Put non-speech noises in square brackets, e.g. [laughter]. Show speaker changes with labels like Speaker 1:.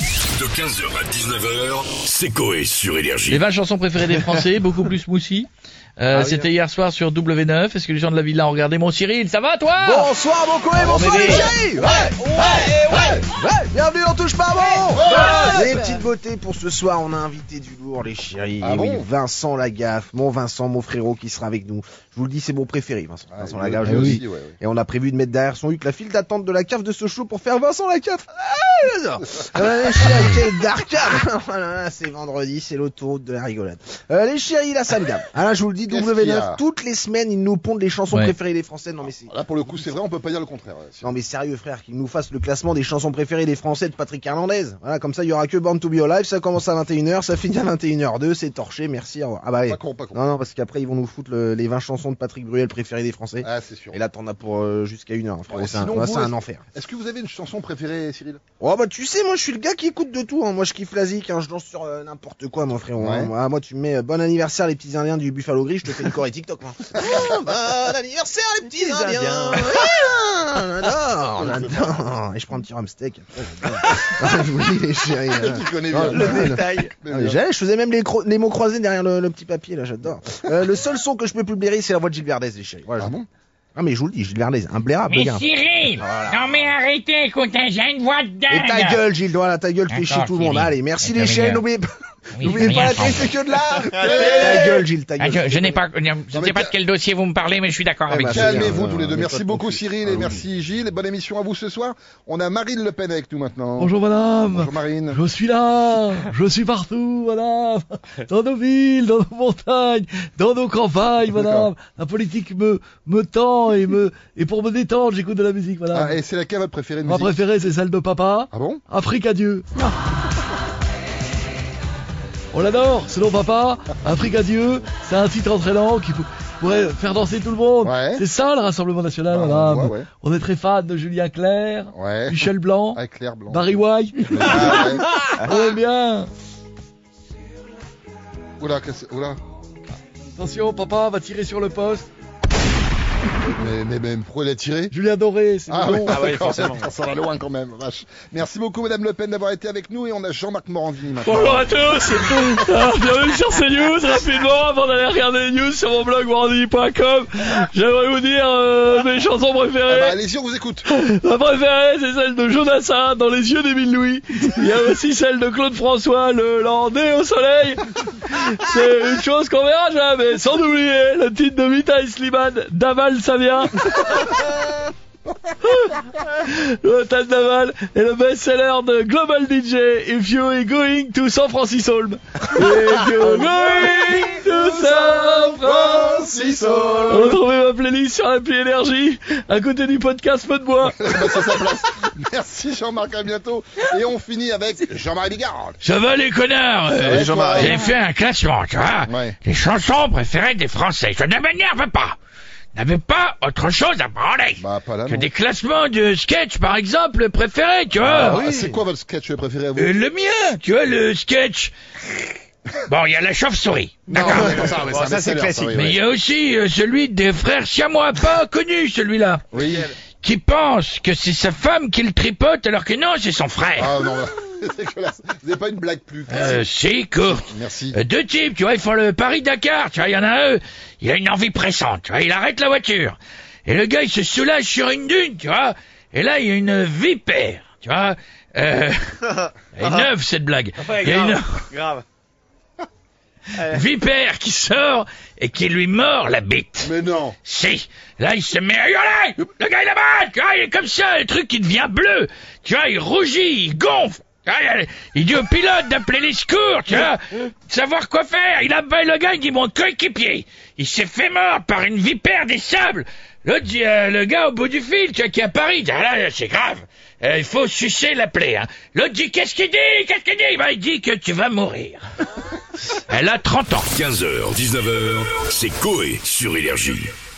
Speaker 1: De 15h à 19h, c'est Coé sur Énergie.
Speaker 2: Les 20 chansons préférées des Français, beaucoup plus moussi.
Speaker 3: Ah
Speaker 2: Euh, C'était hier soir sur W9. Est-ce que les gens de la villa ont regardé Mon Cyril, ça va toi
Speaker 4: Bonsoir mon coé, bonsoir
Speaker 2: bébé.
Speaker 4: les chéris ouais, ouais, ouais, ouais. Bienvenue dans Touche pas bon Les petites beautés pour ce soir, on a invité du lourd les chéris. Et oui, Vincent Lagaffe, mon Vincent, mon frérot qui sera avec nous. Je vous le dis, c'est mon préféré, Vincent,
Speaker 5: Ah,
Speaker 2: Ah,
Speaker 4: Vincent Lagaffe. je le dis. Et on a prévu de mettre derrière son huc la file d'attente de la cave de ce show pour faire Vincent Lagaffe. Ah, j'adore. Euh, les chéris, quel d'arcade [laughs] Voilà, là, C'est vendredi, c'est l'autoroute de la rigolade. Euh, les chéris, là ça me gamme. Ah là, je vous le dis,
Speaker 5: Qu'est-ce qu'il y a
Speaker 4: W9, toutes les semaines, ils nous pondent les chansons
Speaker 2: Ouais.
Speaker 4: préférées des Français. Non mais c'est...
Speaker 5: Ah, Là, pour le coup, c'est vrai, on peut pas dire le contraire. ouais.
Speaker 4: Non mais sérieux frère, qu'il nous fasse le classement des chansons préférées des Français de Patrick Hernandez. Voilà, comme ça il y aura que Born to be Alive, ça commence à 21h, ça finit à 21h02, c'est torché, merci. au revoir. Ah bah oui.
Speaker 5: Pas con, pas con.
Speaker 4: Non non, parce qu'après ils vont nous foutre le- les 20 chansons de Patrick Bruel préférées des Français.
Speaker 5: Ah, c'est sûr.
Speaker 4: Et là t'en as pour euh, jusqu'à une heure, hein, frérot,
Speaker 5: Ouais,
Speaker 4: c'est un,
Speaker 5: sinon,
Speaker 4: ouais,
Speaker 5: vous,
Speaker 4: c'est un
Speaker 5: est-ce-
Speaker 4: enfer.
Speaker 5: Est-ce que vous avez une chanson préférée, Cyril
Speaker 4: Oh bah tu sais, moi je suis le gars qui écoute de tout, hein. moi je kiffe la zik, hein. je danse sur euh, n'importe quoi mon frérot. hein.
Speaker 5: Ouais.
Speaker 4: Moi, moi, tu me mets euh, bon anniversaire les petits indiens du Buffalo Gris, je te fais le et TikTok. Hein. [laughs] Oh, bon anniversaire les petits indiens J'adore, j'adore. Et je prends un petit rhum steak. [laughs] après, j'adore. je vous le dis, les chéris.
Speaker 5: [laughs]
Speaker 4: hein.
Speaker 5: Tu connais
Speaker 4: Oh,
Speaker 5: bien.
Speaker 4: le
Speaker 5: détail.
Speaker 4: Ah, mais j'allais, je faisais même les, cro- les mots croisés derrière le, le petit papier, là, j'adore. Euh, le seul son que je peux publier, c'est la voix de Gilles Verdez, les chéris. Voilà,
Speaker 5: Ah
Speaker 4: je-
Speaker 5: bon
Speaker 4: Ah, mais je vous le dis, Gilles Verdez, un blairable, le
Speaker 3: Mais
Speaker 4: gars.
Speaker 3: Cyril
Speaker 2: Ah,
Speaker 3: Non mais arrêtez, écoutez, j'ai une voix de dingue
Speaker 4: Et ta gueule, Gilles, voilà, ta gueule, tu fais
Speaker 3: D'accord,
Speaker 4: chier tout le monde.
Speaker 3: Cyril.
Speaker 4: Allez, merci
Speaker 3: Et
Speaker 4: les
Speaker 3: ta
Speaker 4: chéris,
Speaker 3: gueule.
Speaker 4: n'oubliez pas,
Speaker 3: Oui,
Speaker 4: n'oubliez
Speaker 3: rien
Speaker 4: pas la
Speaker 3: prendre.
Speaker 4: télé, c'est que de l'art. Ta gueule, Gilles, ta
Speaker 3: Ah,
Speaker 4: gueule.
Speaker 3: je, je n'ai pas, je ne sais pas de quel dossier vous me parlez, mais je suis d'accord avec
Speaker 4: bah,
Speaker 3: vous.
Speaker 4: c'est bien,
Speaker 5: [laughs] Calmez-vous
Speaker 4: euh,
Speaker 5: tous les deux.
Speaker 4: mais
Speaker 5: Merci
Speaker 4: pas
Speaker 5: beaucoup,
Speaker 4: confus.
Speaker 5: Cyril,
Speaker 4: Ah
Speaker 5: et
Speaker 4: oui.
Speaker 5: merci, Gilles. Et bonne émission à vous ce soir. On a Marine Le Pen avec nous maintenant.
Speaker 2: Bonjour madame
Speaker 5: Bonjour, Marine.
Speaker 2: Je suis là, je suis partout, madame, dans nos villes, dans nos montagnes, dans nos campagnes, madame. La politique me me tend et me et pour me détendre, j'écoute de la musique, madame.
Speaker 5: Ah, et c'est laquelle votre préférée de
Speaker 2: Ma
Speaker 5: musique
Speaker 2: préférée, c'est celle de papa.
Speaker 5: Ah bon
Speaker 2: Afrique à Dieu. On l'adore, selon papa. Afrique à Dieu, c'est un titre entraînant qui pou- pourrait faire danser tout le monde.
Speaker 5: Ouais.
Speaker 2: C'est ça le Rassemblement National,
Speaker 5: Ah, on
Speaker 2: madame.
Speaker 5: voit, ouais.
Speaker 2: On est très fan de Julien Clerc,
Speaker 5: Ouais.
Speaker 2: Michel Blanc,
Speaker 5: Avec l'air blanc.
Speaker 2: Barry White.
Speaker 5: Ah, ouais.
Speaker 2: On aime bien.
Speaker 5: Oula, qu'est-ce- oula.
Speaker 2: Attention, papa va tirer sur le poste.
Speaker 5: Mais, mais, mais pourquoi il a tiré
Speaker 2: Julien Doré, c'est
Speaker 5: Ah,
Speaker 2: le
Speaker 5: oui,
Speaker 2: nom.
Speaker 5: d'accord, Ça, ça va loin quand même, vache. Merci beaucoup, Madame Le Pen, d'avoir été avec nous. Et on a Jean-Marc Morandini maintenant.
Speaker 6: Bonjour à tous Ah, Bienvenue sur CNews, rapidement, avant d'aller regarder les news sur mon blog warrandy.com, j'aimerais vous dire euh, mes chansons
Speaker 5: Ah bah,
Speaker 6: préférées.
Speaker 5: allez-y, on vous écoute.
Speaker 6: Ma préférée, c'est celle de Jonassin, dans les yeux d'Émile Louis. Il y a aussi celle de Claude François, le landais au soleil. C'est une chose qu'on verra jamais, sans oublier le titre de Vita Slimane, Daval, ça vient. L'hôtel Daval est le best-seller de Global DJ If You Are Going to San Francisco. If You're Going to San Francisco. Retrouvez ma playlist sur l'appli Énergie à côté du podcast Feu de Bois.
Speaker 5: [laughs] Merci, Jean-Marc, à bientôt. Et on finit avec Jean-Marie Bigard.
Speaker 3: Ça va les connards euh,
Speaker 5: Ouais, Jean-Marie.
Speaker 3: J'ai fait un classement, tu vois
Speaker 5: Ouais.
Speaker 3: Les chansons préférées des Français. Je ne m'énerve pas N'avais pas autre chose à parler
Speaker 5: Bah, pas là,
Speaker 3: que
Speaker 5: non.
Speaker 3: des classements de sketch, par exemple, préférés, tu vois
Speaker 5: Ah, C'est quoi votre sketch préféré à vous
Speaker 3: Euh, Le mien, tu vois, le sketch... Bon, il y a la chauve-souris. D'accord.
Speaker 5: Non, d'accord, ça, ouais, un
Speaker 4: Ah, ça, c'est
Speaker 5: best-seller,
Speaker 4: classique.
Speaker 5: oui,
Speaker 3: Mais il
Speaker 5: ouais.
Speaker 3: y a aussi euh, celui des frères siamois, pas connu celui-là,
Speaker 5: Oui.
Speaker 3: qui pense que c'est sa femme qui le tripote alors que non, c'est son frère.
Speaker 5: Ah non, [laughs] c'est dégueulasse. Vous n'avez pas une blague plus
Speaker 3: Euh,
Speaker 5: classique.
Speaker 3: c'est court.
Speaker 5: Merci.
Speaker 3: Euh, Deux types, tu vois, ils font le Paris-Dakar, tu vois, il y en a un, il a une envie pressante, tu vois, il arrête la voiture. Et le gars, il se soulage sur une dune, tu vois, et là, il y a une vipère, tu vois. Euh, elle est neuve, cette blague. Il y a une
Speaker 7: Grave.
Speaker 3: vipère qui sort et qui lui mord la bite.
Speaker 5: Mais non.
Speaker 3: Si, là il se met à hurler Le gars il est malade, tu vois, il est comme ça, le truc il devient bleu, tu vois, il rougit, il gonfle Tu vois, il- il dit au pilote d'appeler les secours, tu vois, de savoir quoi faire. Il appelle le gars, il dit mon coéquipier, il s'est fait mort par une vipère des sables. L'autre dit, euh, le gars au bout du fil, tu vois, qui est à Paris, il dit, ah là, c'est grave, Euh, il faut sucer la plaie. Hein. L'autre dit, qu'est-ce qu'il dit, qu'est-ce qu'il dit Bah, Il dit que tu vas mourir. Elle a 30 ans.
Speaker 1: 15h, 19h, c'est Coé sur Énergie.